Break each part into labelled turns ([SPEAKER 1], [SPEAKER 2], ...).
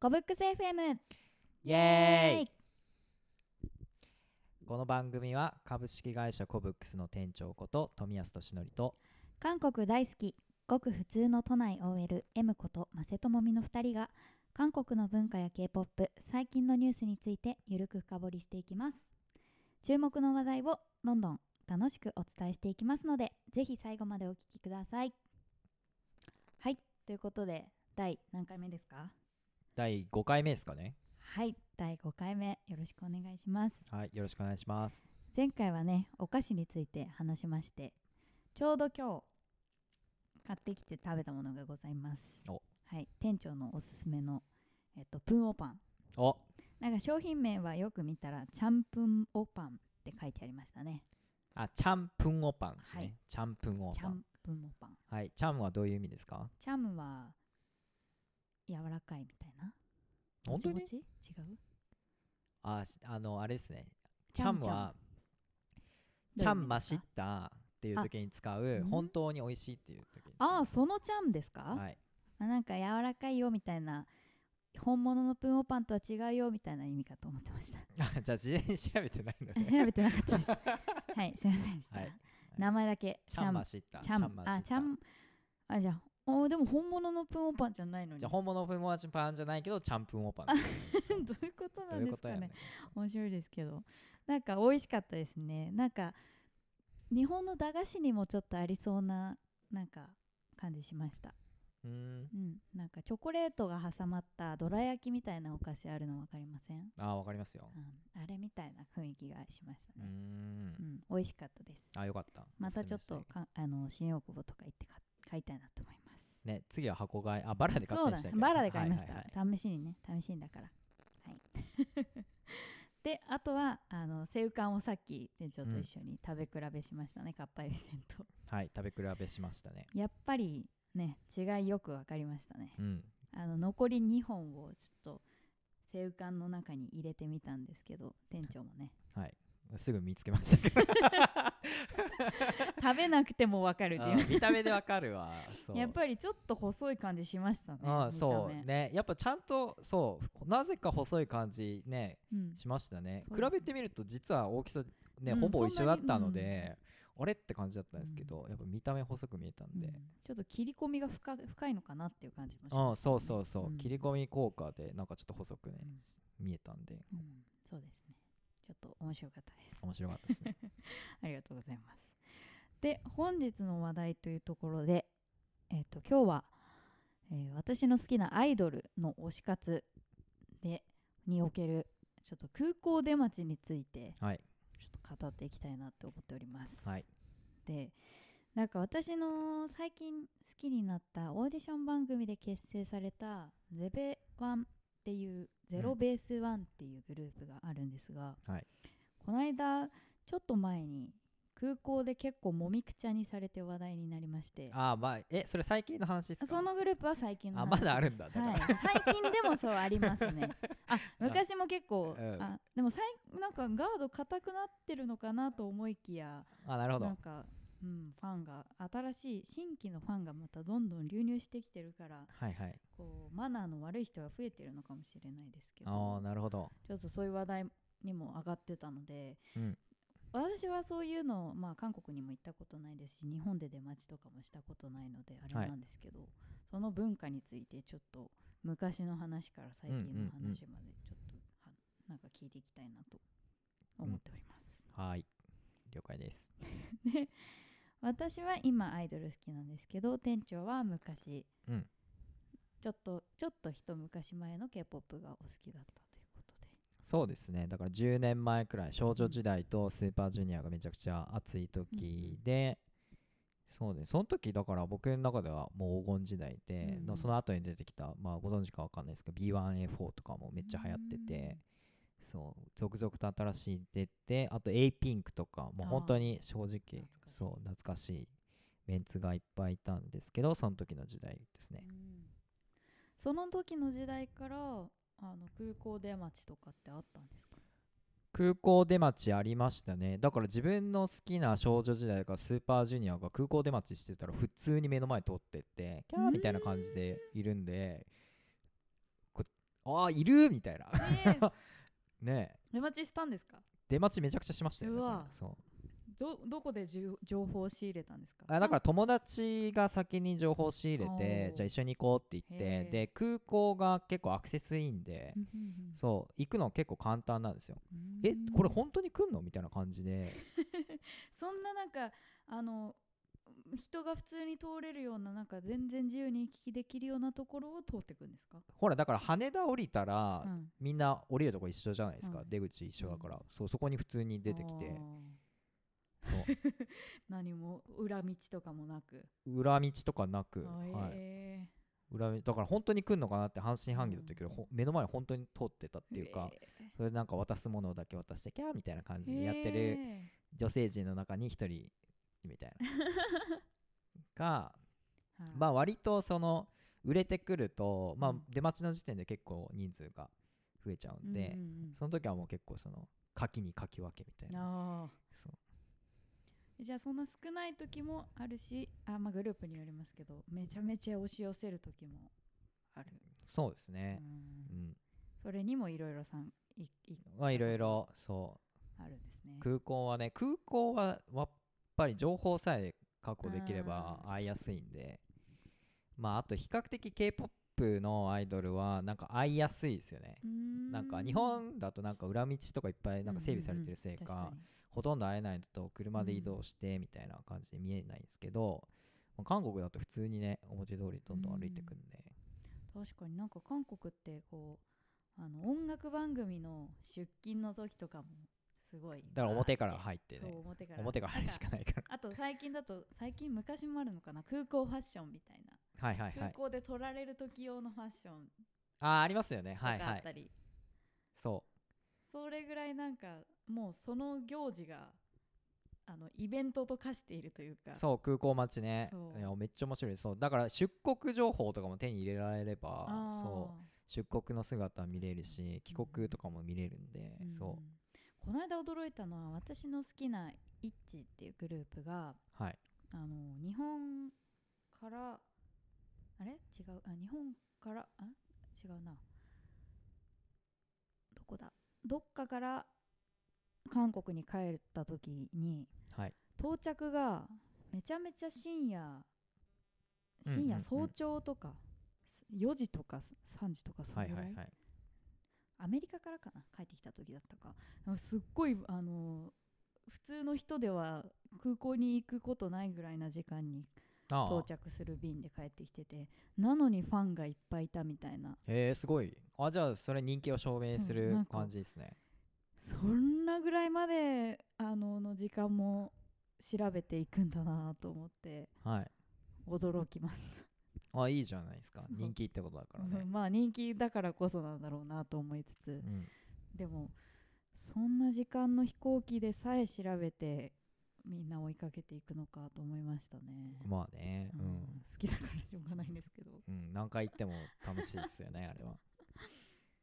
[SPEAKER 1] コブックス FM イ
[SPEAKER 2] イエー
[SPEAKER 1] エー
[SPEAKER 2] イこの番組は株式会社コブックスの店長こと富安俊則と
[SPEAKER 1] 韓国大好きごく普通の都内 OL M ことマセトモミの2人が韓国の文化や K-POP 最近のニュースについてゆるく深掘りしていきます注目の話題をどんどん楽しくお伝えしていきますのでぜひ最後までお聞きくださいはいということで第何回目ですか
[SPEAKER 2] 第5回目ですかね
[SPEAKER 1] はい第5回目よろしくお願いします
[SPEAKER 2] はいよろしくお願いします
[SPEAKER 1] 前回はねお菓子について話しましてちょうど今日買ってきて食べたものがございます
[SPEAKER 2] お
[SPEAKER 1] はい店長のおすすめの、えっと、プンオパン
[SPEAKER 2] お
[SPEAKER 1] なんか商品名はよく見たらちゃんぷんおパンって書いてありましたね
[SPEAKER 2] あチャンプンオパンですね、
[SPEAKER 1] はい
[SPEAKER 2] チャンプンオ
[SPEAKER 1] ちゃ
[SPEAKER 2] パン
[SPEAKER 1] んぷんおパン
[SPEAKER 2] はいチャンはどういう意味ですか
[SPEAKER 1] チャムは柔らかいみたいな
[SPEAKER 2] 本当に
[SPEAKER 1] もちもち違う
[SPEAKER 2] あしあのあれですねチャンはチ
[SPEAKER 1] どうい
[SPEAKER 2] ャ
[SPEAKER 1] う意味
[SPEAKER 2] ンま
[SPEAKER 1] です
[SPEAKER 2] しっ
[SPEAKER 1] か
[SPEAKER 2] たっていう時に使
[SPEAKER 1] あう
[SPEAKER 2] うん本当に美味しいっていう時に使う
[SPEAKER 1] ああそのチャンですか、
[SPEAKER 2] はい
[SPEAKER 1] あなんか柔らかいよみたいな本物のプンオパンとは違うよみたいな意味かと思ってました
[SPEAKER 2] あじゃあ事前に調べてないの
[SPEAKER 1] あ
[SPEAKER 2] ね
[SPEAKER 1] 調べてなかった です。はい、すみませんでした。
[SPEAKER 2] はい
[SPEAKER 1] 名前だけ。
[SPEAKER 2] チャンマシッタ
[SPEAKER 1] チャン
[SPEAKER 2] マ。シッ
[SPEAKER 1] あ、
[SPEAKER 2] タ
[SPEAKER 1] チャン。あ、じゃあ、おでも本物のプンオパンじゃないのに。
[SPEAKER 2] じゃあ
[SPEAKER 1] ど
[SPEAKER 2] 本物プンオパンじゃないけどチャンプンオパン
[SPEAKER 1] ういうことな
[SPEAKER 2] どう
[SPEAKER 1] ん
[SPEAKER 2] いう
[SPEAKER 1] で
[SPEAKER 2] こ
[SPEAKER 1] すか
[SPEAKER 2] とや
[SPEAKER 1] ね。
[SPEAKER 2] ね
[SPEAKER 1] 面白いですけど。なんか美味しかったですね。なんか、日本の駄菓子にもちょっとありそうな、なんか、感じしました。
[SPEAKER 2] うーん
[SPEAKER 1] うん。なんか、チョコレートが挟まったどら焼きみたいなお菓子あるの分かりません、
[SPEAKER 2] あーわかりますよ
[SPEAKER 1] うん、あれみたいな雰囲気がしました
[SPEAKER 2] うー
[SPEAKER 1] ね。
[SPEAKER 2] ん
[SPEAKER 1] うん、美味しかったです。
[SPEAKER 2] あよかった
[SPEAKER 1] また
[SPEAKER 2] おす
[SPEAKER 1] ち
[SPEAKER 2] す
[SPEAKER 1] ょ
[SPEAKER 2] め
[SPEAKER 1] っ
[SPEAKER 2] したい
[SPEAKER 1] とかあの新大久保とか行ってか買いたいなと思います。
[SPEAKER 2] ね次は箱買いあバラで買っ
[SPEAKER 1] そ
[SPEAKER 2] た
[SPEAKER 1] う
[SPEAKER 2] り
[SPEAKER 1] だ
[SPEAKER 2] した
[SPEAKER 1] ね
[SPEAKER 2] い。けど
[SPEAKER 1] バラで買いました。
[SPEAKER 2] はは
[SPEAKER 1] 試しにね、試しにだから。はい。 で、あとはあの青函をさっき店長と一緒に食べ比べしましたね、かっぱえびせんと。
[SPEAKER 2] いはい食べ比べしましたね
[SPEAKER 1] やっぱりね、違いよくわかりましたね。
[SPEAKER 2] うん
[SPEAKER 1] あの残り2本をちょっと青函の中に入れてみたんですけど、店長も ね、
[SPEAKER 2] はいすぐ見つけましたけど
[SPEAKER 1] 食べなくてもわかるって
[SPEAKER 2] あ
[SPEAKER 1] いう。
[SPEAKER 2] ー見た目でわかるわそう
[SPEAKER 1] やっぱりちょっと細い感じしましたね。
[SPEAKER 2] あー
[SPEAKER 1] 見た
[SPEAKER 2] そう
[SPEAKER 1] 目、
[SPEAKER 2] ねやっぱちゃんとそうなぜか細い感じね
[SPEAKER 1] うん、
[SPEAKER 2] しましたね
[SPEAKER 1] そうで
[SPEAKER 2] 比
[SPEAKER 1] すね
[SPEAKER 2] べてみると実は大きさね、
[SPEAKER 1] うん
[SPEAKER 2] ほぼ一
[SPEAKER 1] そん
[SPEAKER 2] 緒
[SPEAKER 1] な
[SPEAKER 2] だ
[SPEAKER 1] に
[SPEAKER 2] ったので、あれって感じだったんですけど、やっぱ見た目細く見えたんで、
[SPEAKER 1] うんちょっと切り込みが深深いのかなっていう感じもし
[SPEAKER 2] あ
[SPEAKER 1] ます
[SPEAKER 2] そうそうそう、
[SPEAKER 1] うん
[SPEAKER 2] 切り込み効果でなんかちょっと細くね、見えたんで
[SPEAKER 1] うんそうですねちょっと面白かったです
[SPEAKER 2] 面白かったです ね
[SPEAKER 1] ありがとうございますで本日の話題というところでえっ、と今日は、えー私の好きなアイドルの推し活でにおけるちょっと空港出待ちについて
[SPEAKER 2] はい
[SPEAKER 1] ちょっと語っていきたいなと思っております、
[SPEAKER 2] はい
[SPEAKER 1] でなんか私の最近好きになったオーディション番組で結成されたゼベワンっていうゼロベースワンっていうグループがあるんですが、
[SPEAKER 2] はい
[SPEAKER 1] この間ちょっと前に空港で結構もみくちゃにされて話題になりまして
[SPEAKER 2] ああまあえそれ最近の話ですか
[SPEAKER 1] そのグループは最近の
[SPEAKER 2] あ
[SPEAKER 1] 話
[SPEAKER 2] まだあ
[SPEAKER 1] で
[SPEAKER 2] るん
[SPEAKER 1] す
[SPEAKER 2] だだから
[SPEAKER 1] はい、最近でもそうあります ねあ昔も結構
[SPEAKER 2] うん
[SPEAKER 1] あでもさいなんかガード硬くなってるのかなと思いきや
[SPEAKER 2] あなるほど
[SPEAKER 1] なんか、うん、ファンが新しい新規のファンがまたどんどん流入してきてるから
[SPEAKER 2] はいはい
[SPEAKER 1] こうマナーの悪い人が増えてるのかもしれないですけ
[SPEAKER 2] ああ
[SPEAKER 1] ど
[SPEAKER 2] なるほど
[SPEAKER 1] ちょっとそういう話題にも上がってたので、
[SPEAKER 2] うん
[SPEAKER 1] 私はそういうのを、まあ、韓国にも行ったことないですし日本で出待ちとかもしたことないのであれ
[SPEAKER 2] はい
[SPEAKER 1] なんですけど、その文化についてちょっと昔の話から最近
[SPEAKER 2] うんうんう
[SPEAKER 1] の
[SPEAKER 2] ん
[SPEAKER 1] 話までちょっとはなんか聞いていきたいなと思っております。
[SPEAKER 2] はい了解です
[SPEAKER 1] で私は今アイドル好きなんですけど店長は昔、
[SPEAKER 2] うん
[SPEAKER 1] ちょっとちょっと一昔前の k p o p がお好きだったということで
[SPEAKER 2] そうですねだから10年前くらい少女時代とスーパージュニアがめちゃくちゃ熱い時で、そうねその時だから僕の中ではもう黄金時代で、
[SPEAKER 1] うん
[SPEAKER 2] のその後に出てきた、まあ、ご存知かわかんないですけど B1A4 とかもめっちゃ流行ってて、そう続々と新しい出てあと A ピンクとかもう本当に正直
[SPEAKER 1] 懐かしい
[SPEAKER 2] そう懐かしいメンツがいっぱいいたんですけどその時の時代ですね
[SPEAKER 1] うん、その時の時代からあの空港出待ちとかってあったん ですか
[SPEAKER 2] 空港出待ちありましたねだから自分の好きな少女時代からスーパージュニアが空港出待ちしてたら普通に目の前通ってってキャーみたいな感じでいるんでこああいるみたいな
[SPEAKER 1] ねえ
[SPEAKER 2] ねえ
[SPEAKER 1] 出待ちしたんですか
[SPEAKER 2] 出待ちめちゃくちゃしましたよ、ね、
[SPEAKER 1] う
[SPEAKER 2] だ
[SPEAKER 1] わ
[SPEAKER 2] からそう
[SPEAKER 1] どどこでじゅ情報を仕入れたんですか
[SPEAKER 2] あだから友達が先に情報仕入れて
[SPEAKER 1] おー
[SPEAKER 2] じゃあ一緒に行こうって言
[SPEAKER 1] へ
[SPEAKER 2] っ
[SPEAKER 1] ー
[SPEAKER 2] てで空港が結構アクセスいいんで、
[SPEAKER 1] うんうんうん
[SPEAKER 2] そう行くの結構簡単なんですよ、
[SPEAKER 1] うん
[SPEAKER 2] えこれ本当に来んのみたいな感じで
[SPEAKER 1] そんななんかあの人が普通に通れるようななんか全然自由に行き来できるようなところを通っていくんですか、
[SPEAKER 2] ほらだから羽田降りたら、
[SPEAKER 1] うん
[SPEAKER 2] みんな降りるとこ一緒じゃないですか、
[SPEAKER 1] うん
[SPEAKER 2] 出口一緒だから、そうそこに普通に出てき
[SPEAKER 1] あ
[SPEAKER 2] て
[SPEAKER 1] ー
[SPEAKER 2] そ
[SPEAKER 1] 何も裏道とかもなく、
[SPEAKER 2] う裏道とかなく、
[SPEAKER 1] あー
[SPEAKER 2] はい、
[SPEAKER 1] え
[SPEAKER 2] 裏道だから本当に来んのかなって半信半疑だったけど、
[SPEAKER 1] うん
[SPEAKER 2] ほん目の前本当に通ってたっ
[SPEAKER 1] ー
[SPEAKER 2] ていうか、
[SPEAKER 1] えー
[SPEAKER 2] それでなんか渡すものだけ渡してキャーみたいな感じでやってる。
[SPEAKER 1] へ
[SPEAKER 2] 女性陣の中に一人みたいな が
[SPEAKER 1] ーはい
[SPEAKER 2] まあ割とその売れてくると、
[SPEAKER 1] う
[SPEAKER 2] まあ
[SPEAKER 1] ん、
[SPEAKER 2] 出待ちの時点で結構人数が増えちゃうんで、
[SPEAKER 1] うんうんうん
[SPEAKER 2] その時はもう結構その書きに書き分けみたいな
[SPEAKER 1] あ
[SPEAKER 2] そう
[SPEAKER 1] ーじゃあそんな少ない時もあるしあまあグループによりますけどめちゃめちゃ押し寄せる時もある、
[SPEAKER 2] そうです
[SPEAKER 1] う
[SPEAKER 2] ね、
[SPEAKER 1] ん
[SPEAKER 2] うん
[SPEAKER 1] それにもいろいろさんいい
[SPEAKER 2] まあいろいろそ
[SPEAKER 1] あるんですね
[SPEAKER 2] う空港はね空港はやっぱり情報さえ確保できれば
[SPEAKER 1] あ
[SPEAKER 2] 会いやすいんでまああと比較的 k p o p のアイドルはなんか会いやすいですよねなんか日本だとなんか裏道とかいっぱいなんか整備されてるせいか,、ほとんど会えないのと車で移動してみたいな感じで見えないんですけど、まあ韓国だと普通にね表通りどんどん歩いてくんで、
[SPEAKER 1] 確かになんか韓国ってこうあの音楽番組の出勤の時とかもすごい
[SPEAKER 2] だから表から
[SPEAKER 1] っ
[SPEAKER 2] 入って
[SPEAKER 1] て
[SPEAKER 2] ね
[SPEAKER 1] そう表から
[SPEAKER 2] 表から入るしかな いか
[SPEAKER 1] あと最近だと最近昔もあるのかな空港ファッションみたいな
[SPEAKER 2] らはいはいは
[SPEAKER 1] 空
[SPEAKER 2] い
[SPEAKER 1] 港で撮られる時用のファッション
[SPEAKER 2] あーありますよね
[SPEAKER 1] と
[SPEAKER 2] はい
[SPEAKER 1] かあ
[SPEAKER 2] は
[SPEAKER 1] った
[SPEAKER 2] い
[SPEAKER 1] り、
[SPEAKER 2] そ
[SPEAKER 1] それぐらいなんかもうその行事があのイベントと化しているというか
[SPEAKER 2] うそう空港待ちね
[SPEAKER 1] そう
[SPEAKER 2] いやめっちゃ面白いそうだから出国情報とかも手に入れられれば
[SPEAKER 1] あー
[SPEAKER 2] そう出国の姿見れるし帰国とかも見れるんで、
[SPEAKER 1] うん
[SPEAKER 2] そ
[SPEAKER 1] この間驚いたのは私の好きなイッチっていうグループが
[SPEAKER 2] うはい
[SPEAKER 1] あの日本からあれ違うあ日本からあ違うなどこだどっかから韓国に帰った時に
[SPEAKER 2] はい
[SPEAKER 1] 到着がめちゃめちゃ深夜
[SPEAKER 2] うんうんうん
[SPEAKER 1] 深夜早朝とか、4時とか3時とかそ
[SPEAKER 2] は
[SPEAKER 1] れ
[SPEAKER 2] い
[SPEAKER 1] ぐ
[SPEAKER 2] は
[SPEAKER 1] らい、
[SPEAKER 2] いはい
[SPEAKER 1] アメリカからかな帰ってきた時だったかあすっごいあの普通の人では空港に行くことないぐらいな時間に
[SPEAKER 2] あ
[SPEAKER 1] 到
[SPEAKER 2] あ
[SPEAKER 1] 着する便で帰ってきててなのにファンがいっぱいいたみたいな
[SPEAKER 2] へえすごいあじゃあそれ人気を証明
[SPEAKER 1] そう
[SPEAKER 2] する
[SPEAKER 1] なんか
[SPEAKER 2] 感じですね
[SPEAKER 1] そんなぐらいまであのの時間も調べていくんだなと思って
[SPEAKER 2] はい
[SPEAKER 1] 驚きまし
[SPEAKER 2] あいいじゃないですか
[SPEAKER 1] そう
[SPEAKER 2] 人気ってことだか
[SPEAKER 1] た、
[SPEAKER 2] らね
[SPEAKER 1] まあ人気だからこそなんだろうなと思いつつ
[SPEAKER 2] うん
[SPEAKER 1] でもそんな時間の飛行機でさえ調べてみんな追いかけていくのかと思いましたね、
[SPEAKER 2] まあね
[SPEAKER 1] う
[SPEAKER 2] うんん、
[SPEAKER 1] 好きだからしょうがないんですけど
[SPEAKER 2] うん、何回行っても楽しいですよねあれは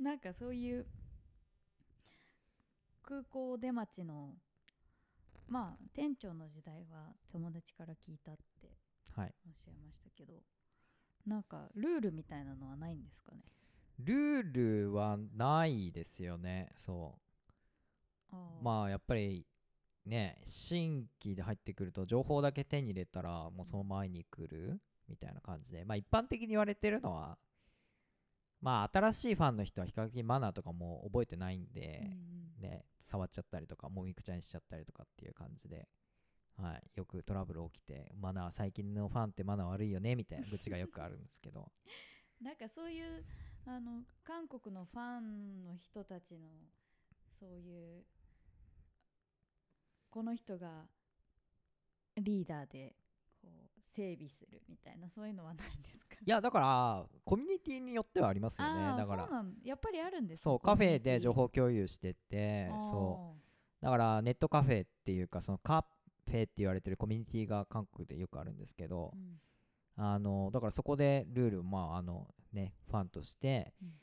[SPEAKER 1] なんかそういう空港出待ちのまあ店長の時代は友達から聞いたって
[SPEAKER 2] はい
[SPEAKER 1] おっしゃいましたけどなんかルールみたいなのはないんですかね
[SPEAKER 2] ルールはないですよねそ
[SPEAKER 1] あ
[SPEAKER 2] う
[SPEAKER 1] ー
[SPEAKER 2] まあやっぱりね新規で入ってくると情報だけ手に入れたらもうその前に来るみたいな感じでまあ一般的に言われてるのはまあ新しいファンの人は比較的マナーとかも覚えてないんで、
[SPEAKER 1] うんうん
[SPEAKER 2] ね、触っちゃったりとかもみくちゃにしちゃったりとかっていう感じで、はい、よくトラブル起きてマナー最近のファンってマナー悪いよねみたいな愚痴がよくあるんですけ ど
[SPEAKER 1] なんかそういうあの韓国のファンの人たちのそういうこの人がリーダーでこう整備するみたいなそういうのはないんですか
[SPEAKER 2] いやだからコミュニティによってはありますよ
[SPEAKER 1] あ
[SPEAKER 2] ね
[SPEAKER 1] あ
[SPEAKER 2] だか
[SPEAKER 1] そう
[SPEAKER 2] ら
[SPEAKER 1] なんやっぱりあるんですね
[SPEAKER 2] そう
[SPEAKER 1] コ
[SPEAKER 2] カフ
[SPEAKER 1] ミュ
[SPEAKER 2] ェ
[SPEAKER 1] ニティ
[SPEAKER 2] で情報共有しててそ
[SPEAKER 1] あ
[SPEAKER 2] うだからネットカフェっていうかそのカフェって言われてるコミュニティが韓国でよくあるんですけど
[SPEAKER 1] ーうん
[SPEAKER 2] あのだからそこでルールまああのねファンとして
[SPEAKER 1] うん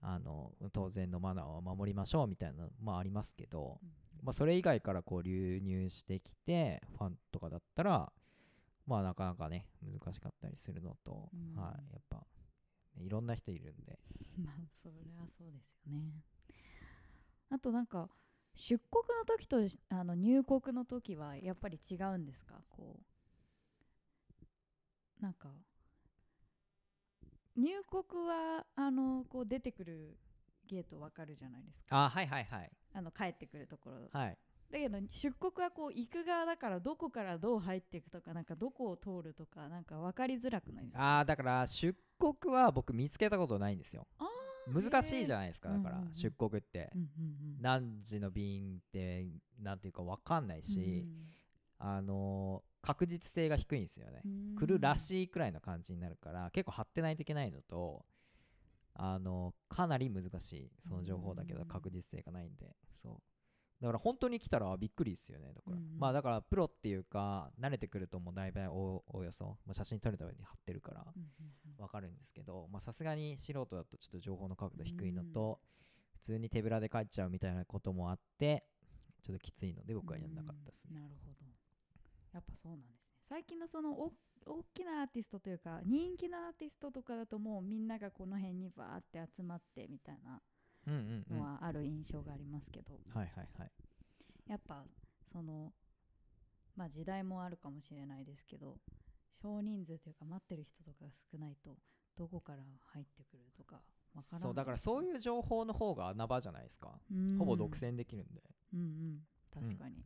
[SPEAKER 2] あの当然のマナーを守りましょうみたいなのまあありますけど、
[SPEAKER 1] うん
[SPEAKER 2] まあ、それ以外からこう流入してきてファンとかだったらまあなかなかね難しかったりするのと、
[SPEAKER 1] うん
[SPEAKER 2] はいやっぱいろんな人いるんで
[SPEAKER 1] まあそれはそうですよねあとなんか出国の時とあの入国の時はやっぱり違うんですかこうなんか入国はあのこう出てくるゲートわかるじゃないですか
[SPEAKER 2] あはいはいはい
[SPEAKER 1] あの帰ってくるところ
[SPEAKER 2] はい
[SPEAKER 1] だけど出国はこう行く側だからどこからどう入っていくとかなんかどこを通るとかなんか分かりづらくないですか
[SPEAKER 2] あーだから出国は僕見つけたことないんですよ
[SPEAKER 1] あ
[SPEAKER 2] 難しいじゃないですかだから
[SPEAKER 1] うんうんうん
[SPEAKER 2] 出国って
[SPEAKER 1] うんうんうん
[SPEAKER 2] 何時の便ってなんていうか分かんないし
[SPEAKER 1] う
[SPEAKER 2] あのー確実性が低いんですよね
[SPEAKER 1] ん
[SPEAKER 2] 来るらしいくらいの感じになるから結構張ってないといけないのとあのかなり難しいその情報だけ
[SPEAKER 1] うん
[SPEAKER 2] ど
[SPEAKER 1] うんうん
[SPEAKER 2] 確実性がないんでそうだから本当に来たらびっくりですよねだから、
[SPEAKER 1] うんうん
[SPEAKER 2] まあだからプロっていうか慣れてくるともうだいぶおおよそもう写真撮るために貼ってるから
[SPEAKER 1] うんうんうん
[SPEAKER 2] わかるんですけどまあさすがに素人だとちょっと情報の角度低いのと、普通に手ぶらで帰っちゃうみたいなこともあってちょっときついので僕はやんなかったですね、
[SPEAKER 1] うんなるほどやっぱそうなんですね最近のそのお大きなアーティストというか人気のアーティストとかだともうみんながこの辺にバーって集まってみたいな
[SPEAKER 2] うんうんうん
[SPEAKER 1] の
[SPEAKER 2] はい
[SPEAKER 1] はある印象がありますけど、
[SPEAKER 2] はいはい
[SPEAKER 1] やっぱそのまあ時代もあるかもしれないですけど少人数というか待ってる人とかが少ないとどこから入ってくるとかわからない
[SPEAKER 2] そうだからそういう情報の方が穴場じゃないですか、
[SPEAKER 1] うん
[SPEAKER 2] ほぼ独占できるんで
[SPEAKER 1] うんうん確かに、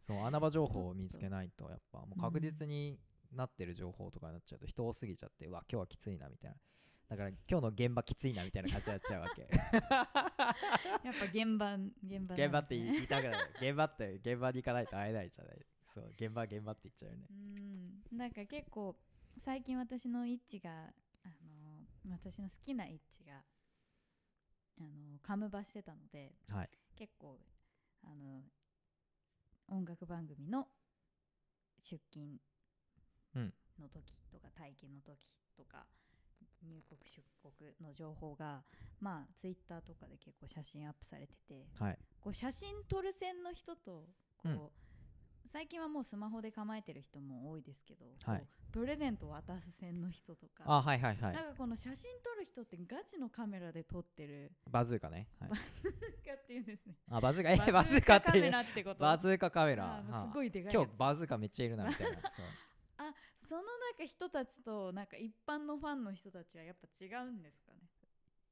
[SPEAKER 2] そう穴場情報を見つけないとやっぱもう確実になってる情報とかになっちゃうと人多すぎちゃってうわ今日はきついなみたいなだから今日の現場きついなみたいな感じになっちゃうわけ
[SPEAKER 1] やっぱ現場現場なんですね、
[SPEAKER 2] 現場って言いたくない現場って現場に行かないと会えないじゃないそう現場現場って言っちゃうよね
[SPEAKER 1] うんなんか結構最近私のイッチが、あの私の好きなイッチが、あのカムバしてたので
[SPEAKER 2] はい
[SPEAKER 1] 結構、あの音楽番組の出勤
[SPEAKER 2] うん
[SPEAKER 1] の時とか待機の時とか入国出国の情報がまあツイッターとかで結構写真アップされてて
[SPEAKER 2] はい
[SPEAKER 1] こう写真撮る線の人とこう、
[SPEAKER 2] うん
[SPEAKER 1] 最近はもうスマホで構えてる人も多いですけど、
[SPEAKER 2] はい
[SPEAKER 1] こうプレゼントを渡す線の人とか、
[SPEAKER 2] あはいはいは
[SPEAKER 1] な
[SPEAKER 2] い
[SPEAKER 1] んかこの写真撮る人ってガチのカメラで撮って る
[SPEAKER 2] バズーカね、はい、
[SPEAKER 1] かっていうんですね。
[SPEAKER 2] あバズーカえバズーカって
[SPEAKER 1] カ
[SPEAKER 2] い
[SPEAKER 1] メ
[SPEAKER 2] う
[SPEAKER 1] ラってこと
[SPEAKER 2] バズーカカメラ
[SPEAKER 1] あーす
[SPEAKER 2] は
[SPEAKER 1] ごいでか
[SPEAKER 2] あ
[SPEAKER 1] いや
[SPEAKER 2] 今
[SPEAKER 1] つ
[SPEAKER 2] 日バズーカめっちゃいるなみ たいなそう
[SPEAKER 1] そのなんか人たちとなんか一般のファンの人たちはやっぱ違うんですかね。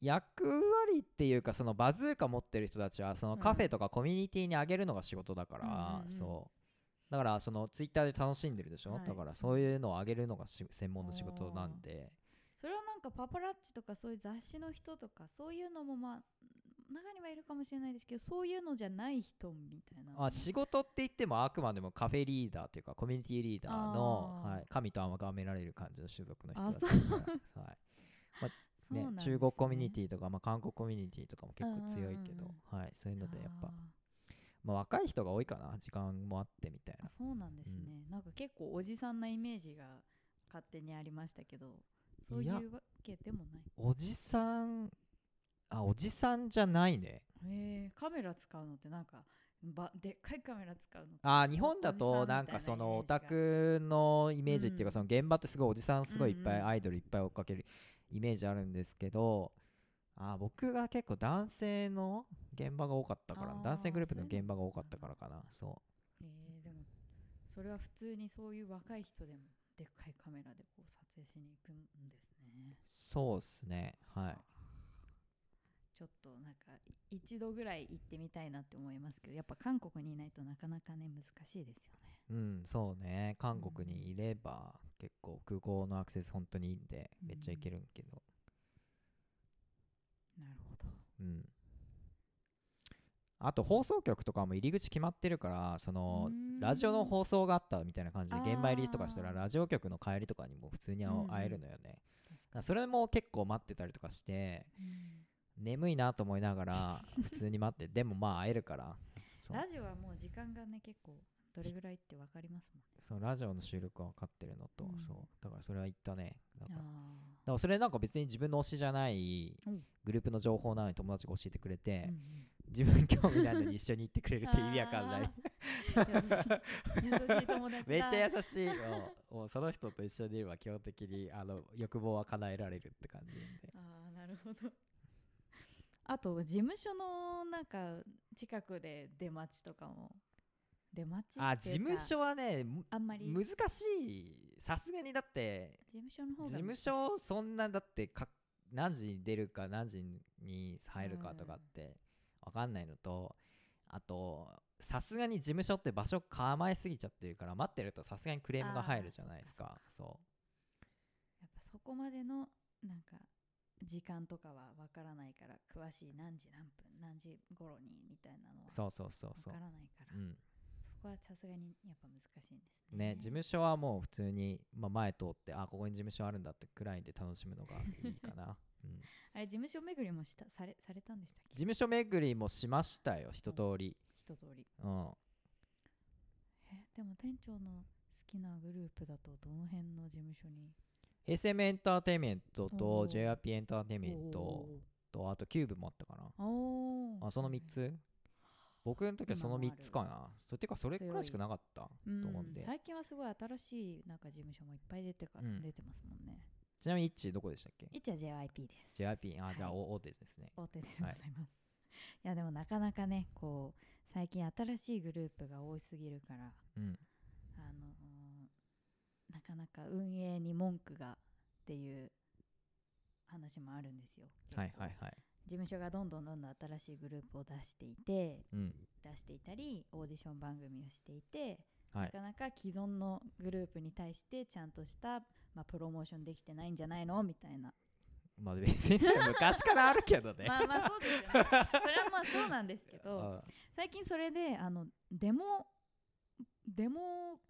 [SPEAKER 2] 役割っていうかそのバズーカ持ってる人たちはそのカフェとかコミュニティにあげるのが仕事だか
[SPEAKER 1] うん
[SPEAKER 2] ら、
[SPEAKER 1] うんうん
[SPEAKER 2] そうだからそのツイッターで楽しんでるでしょ、
[SPEAKER 1] はい
[SPEAKER 2] だからそういうのをあげるのがし専門の仕事なんで
[SPEAKER 1] それはなんかパパラッチとかそういう雑誌の人とかそういうのもまあ中にはいるかもしれないですけどそういうのじゃない人みたいな。
[SPEAKER 2] あ仕事って言ってもあくまでもカフェリーダーというかコミュニティリーダーの
[SPEAKER 1] あー
[SPEAKER 2] はい、神と崇められる感じの種族の人
[SPEAKER 1] あ
[SPEAKER 2] たちだから、はい
[SPEAKER 1] そう
[SPEAKER 2] ね
[SPEAKER 1] なんですね
[SPEAKER 2] 中国コミュニティとか、まあ、韓国コミュニティとかも結
[SPEAKER 1] うんうんうん
[SPEAKER 2] 構強いけど、はい、そういうのでやっぱ、まあ、若い人が多いかな時間もあってみた
[SPEAKER 1] あ
[SPEAKER 2] い
[SPEAKER 1] ーあ
[SPEAKER 2] な
[SPEAKER 1] そうなんですね、なんか結構おじさんなイメージが勝手にありましたけどそうい
[SPEAKER 2] いや
[SPEAKER 1] うわけでもない
[SPEAKER 2] おじさんあおじさんじゃないね
[SPEAKER 1] へえカメラ使うのってなんかばでっかいカメラ使うの
[SPEAKER 2] あー日本だ
[SPEAKER 1] お
[SPEAKER 2] と
[SPEAKER 1] じさ
[SPEAKER 2] な
[SPEAKER 1] み
[SPEAKER 2] ん
[SPEAKER 1] たいなん
[SPEAKER 2] かそ
[SPEAKER 1] イ
[SPEAKER 2] の
[SPEAKER 1] メー
[SPEAKER 2] オ
[SPEAKER 1] ジが
[SPEAKER 2] タクのイメージっていううんかその現場ってすごいおじさんすごいいっぱ
[SPEAKER 1] うん
[SPEAKER 2] い
[SPEAKER 1] うん
[SPEAKER 2] アイドルいっぱい追っかけるイメージあるんですけどあー僕が結構男性の現場が多かったから
[SPEAKER 1] あー
[SPEAKER 2] 男性グループの
[SPEAKER 1] そういうの
[SPEAKER 2] 現場が多かったからかなそ
[SPEAKER 1] えー、でもそれは普通にそういう若い人でもでっかいカメラでこう撮影しに行くんですね
[SPEAKER 2] うそうっすねはい
[SPEAKER 1] ちょっとなんか一度ぐらい行ってみたいなって思いますけどやっぱ韓国にいないとなかなかね難しいですよね
[SPEAKER 2] うんそうね韓国にいれば結構空港のアクセス本当にいいんでめっちゃ行けるんけど
[SPEAKER 1] なるほど
[SPEAKER 2] うんあと放送局とかも入り口決まってるからそのラジオの放送があったみたいな感じで現場入りとかした
[SPEAKER 1] あ
[SPEAKER 2] ら
[SPEAKER 1] ー
[SPEAKER 2] ラジオ局の帰りとかにも普通にあ
[SPEAKER 1] うんうん
[SPEAKER 2] 会えるのよね、だか
[SPEAKER 1] 確から
[SPEAKER 2] それも結構待ってたりとかして
[SPEAKER 1] に、
[SPEAKER 2] 眠いなと思いな がら普通に待ってでもまあ会えるから
[SPEAKER 1] う
[SPEAKER 2] そ
[SPEAKER 1] ん
[SPEAKER 2] う
[SPEAKER 1] ラジオはもう時間がね結構どれぐらいってわかりますもんね
[SPEAKER 2] そうラジオの収録は分かってるのと、
[SPEAKER 1] うん
[SPEAKER 2] そうだからそれは言ったねだからだ
[SPEAKER 1] あ
[SPEAKER 2] からそれなんか別に自分の推しじゃない
[SPEAKER 1] うん
[SPEAKER 2] グループの情報なのに友達が教えてくれ
[SPEAKER 1] あ
[SPEAKER 2] て、
[SPEAKER 1] うんうん
[SPEAKER 2] 自分興味ないのに一緒に行ってくれるって意味わかんな
[SPEAKER 1] あ
[SPEAKER 2] い
[SPEAKER 1] ー優しい友達だ
[SPEAKER 2] めっちゃ優しいうんもうその人と一緒にいれば基本的にあの欲望は叶えられるって感じなんで
[SPEAKER 1] ああなるほどあと事務所のなんか近くで出待ちとかも出待ちっていうか
[SPEAKER 2] あ事務所はねむ
[SPEAKER 1] あんまり
[SPEAKER 2] 難
[SPEAKER 1] 事
[SPEAKER 2] しいさすがにだって
[SPEAKER 1] 務所の方
[SPEAKER 2] 事
[SPEAKER 1] が
[SPEAKER 2] 務所そんなだってか何時に出るか何時に入るかとかって分かんないのとあとさすがに事務所って場所構えすぎちゃってるから待ってるとさすがにクレームが入るじゃないですかそ
[SPEAKER 1] やっぱそこまでのなんか時間とかはわからないから詳しい何時何分何時頃にみたいなのは
[SPEAKER 2] う
[SPEAKER 1] わ
[SPEAKER 2] そうそうそうそう
[SPEAKER 1] からないから
[SPEAKER 2] う、ん
[SPEAKER 1] そこはさすがにやっぱ難しいんですね
[SPEAKER 2] ね事務所はもう普通に、まあ、前通ってあここに事務所あるんだってくらいで楽しむのがいい かな、うん、事
[SPEAKER 1] あれ事務所巡りもしたされされたんでしたっけ
[SPEAKER 2] 務所巡りもしましたよ一通り
[SPEAKER 1] 一通り
[SPEAKER 2] うん
[SPEAKER 1] えでも店長の好きなグループだとどの辺の事務所に
[SPEAKER 2] SM エンターテインメント
[SPEAKER 1] お
[SPEAKER 2] と
[SPEAKER 1] ー
[SPEAKER 2] JRP エンターテインメントとあとキューブもあったか
[SPEAKER 1] おーおー
[SPEAKER 2] なあその3つ僕の時はその3つかなそれてかそれくらいしかなかったと思うんで
[SPEAKER 1] うん最近はすごい新しいなんか事務所もいっぱい出てか、
[SPEAKER 2] うん
[SPEAKER 1] 出てますもんね
[SPEAKER 2] ちなみに一致どこでしたっけ
[SPEAKER 1] 一は JYP です
[SPEAKER 2] JRP あ
[SPEAKER 1] い
[SPEAKER 2] じゃあお大手ですね
[SPEAKER 1] 大手でございます、い、やでもなかなかねこう最近新しいグループが多すぎるから
[SPEAKER 2] うん
[SPEAKER 1] あのーなかなか運営に文句がっていう話もあるんですよ
[SPEAKER 2] はいはいはい
[SPEAKER 1] 事務所がどんどんどんどん新しいグループを出していて
[SPEAKER 2] うん
[SPEAKER 1] 出していたりオーディション番組をしていて、
[SPEAKER 2] はい
[SPEAKER 1] なかなか既存のグループに対してちゃんとした、まあ、プロモーションできてないんじゃないのみたいな
[SPEAKER 2] まあ別にそれ昔からあるけどね
[SPEAKER 1] まあまあそうですよねそれはまあそうなんですけ ど
[SPEAKER 2] あ
[SPEAKER 1] 最近それであのデモデモ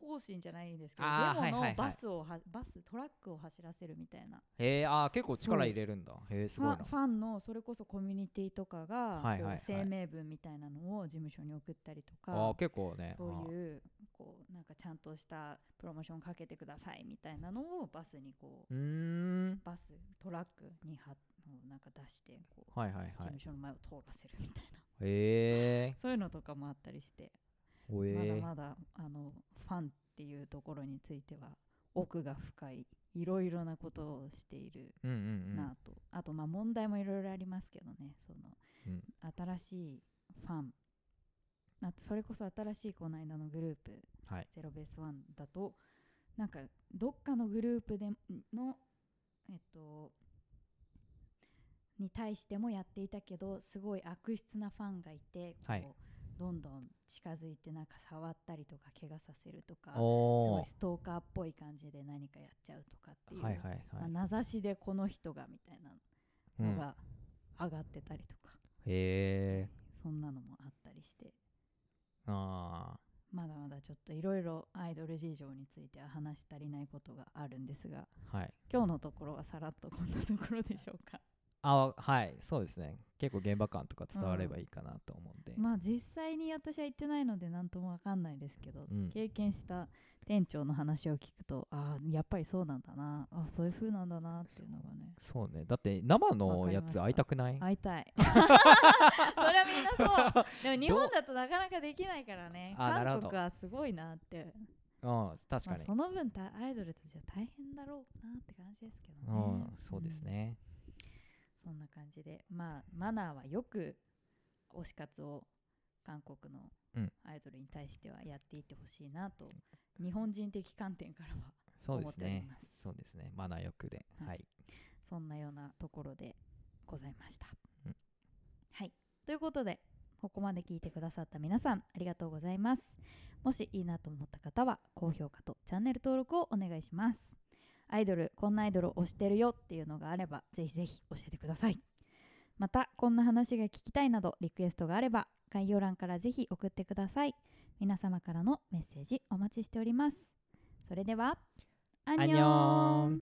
[SPEAKER 1] 更新じゃないんですけど
[SPEAKER 2] あー
[SPEAKER 1] デモ
[SPEAKER 2] はいは
[SPEAKER 1] の
[SPEAKER 2] いはい
[SPEAKER 1] バスをは、バストラックを走らせるみたいな
[SPEAKER 2] へえあー結構力入れるんだへえすごいな
[SPEAKER 1] ファファンのそれこそコミュニティとかが、
[SPEAKER 2] はいはいはい
[SPEAKER 1] こう声明文みたいなのを事務所に送ったりとか
[SPEAKER 2] あー結構ね
[SPEAKER 1] そういうこうなんかちゃんとしたプロモーションかけてくださいみたいなのをバスにこう
[SPEAKER 2] あーうーん
[SPEAKER 1] バストラックにはなんか出してこう、
[SPEAKER 2] はいはいはい
[SPEAKER 1] 事務所の前を通らせるみたいな
[SPEAKER 2] へえ
[SPEAKER 1] そういうのとかもあったりして、
[SPEAKER 2] ほえー
[SPEAKER 1] まだまだあのファンっていうところについては奥が深いいろいろなことをしている
[SPEAKER 2] うんうんうん
[SPEAKER 1] なと、あとまあ問題もいろいろありますけどねその、
[SPEAKER 2] うん
[SPEAKER 1] 新しいファンあとそれこそ新しいこの間のグループ
[SPEAKER 2] はい
[SPEAKER 1] ゼロベースワンだとなんかどっかのグループでのえっとに対してもやっていたけどすごい悪質なファンがいて、
[SPEAKER 2] はい
[SPEAKER 1] こうどんどん近づいてなんか触ったりとか怪我させるとかす
[SPEAKER 2] お
[SPEAKER 1] ご
[SPEAKER 2] ー
[SPEAKER 1] いストーカーっぽい感じで何かやっちゃうとかっていう、
[SPEAKER 2] はいはいはい、
[SPEAKER 1] まあ名指しでこの人がみたいな
[SPEAKER 2] う
[SPEAKER 1] の
[SPEAKER 2] ん、へ
[SPEAKER 1] が上がってたりとか、
[SPEAKER 2] え
[SPEAKER 1] そんなのもあったりして
[SPEAKER 2] ああ
[SPEAKER 1] まだまだちょっといろいろアイドル事情については話し足りないことがあるんですが
[SPEAKER 2] はい
[SPEAKER 1] 今日のところはさらっとこんなところでしょうか
[SPEAKER 2] あはいそうですね結構現場感とか伝われば
[SPEAKER 1] うん
[SPEAKER 2] いいかなと思うんで、
[SPEAKER 1] まあ実際に私は行ってないので何ともわかんないですけど、
[SPEAKER 2] うん
[SPEAKER 1] 経験した店長の話を聞くとああやっぱりそうなんだなあそういう風なんだなっていうのがね
[SPEAKER 2] そうねだって生
[SPEAKER 1] わ
[SPEAKER 2] の
[SPEAKER 1] かり
[SPEAKER 2] や
[SPEAKER 1] まし
[SPEAKER 2] つ
[SPEAKER 1] た
[SPEAKER 2] 会いたくない
[SPEAKER 1] 会いたい それはみんなそうでも日本だとなかなかできないからね
[SPEAKER 2] あなる
[SPEAKER 1] 韓
[SPEAKER 2] ほど
[SPEAKER 1] 国はすごいなって
[SPEAKER 2] うん確
[SPEAKER 1] ま
[SPEAKER 2] か
[SPEAKER 1] あ、
[SPEAKER 2] に、
[SPEAKER 1] その分たアイドルたちは大変だろうなって感じですけどね、
[SPEAKER 2] うんそうですね、
[SPEAKER 1] そんな感じで、まあ、マナーはよく推し活を韓国の
[SPEAKER 2] うん
[SPEAKER 1] アイドルに対してはやっていってほしいなと、日本人的観点からは
[SPEAKER 2] そうで
[SPEAKER 1] 思
[SPEAKER 2] す
[SPEAKER 1] っており
[SPEAKER 2] ね
[SPEAKER 1] ます
[SPEAKER 2] そうですねマナーよくで、
[SPEAKER 1] はい
[SPEAKER 2] はい
[SPEAKER 1] そんなようなところでございました。
[SPEAKER 2] うん
[SPEAKER 1] はいということでここまで聞いてくださった皆さんありがとうございます。もしいいなと思った方は高評価とチャンネル登録をお願いします。アイドルこんなアイドルを推してるよっていうのがあればぜひぜひ教えてください。またこんな話が聞きたいなどリクエストがあれば概要欄からぜひ送ってください。皆様からのメッセージお待ちしております。それではア
[SPEAKER 2] アンニョン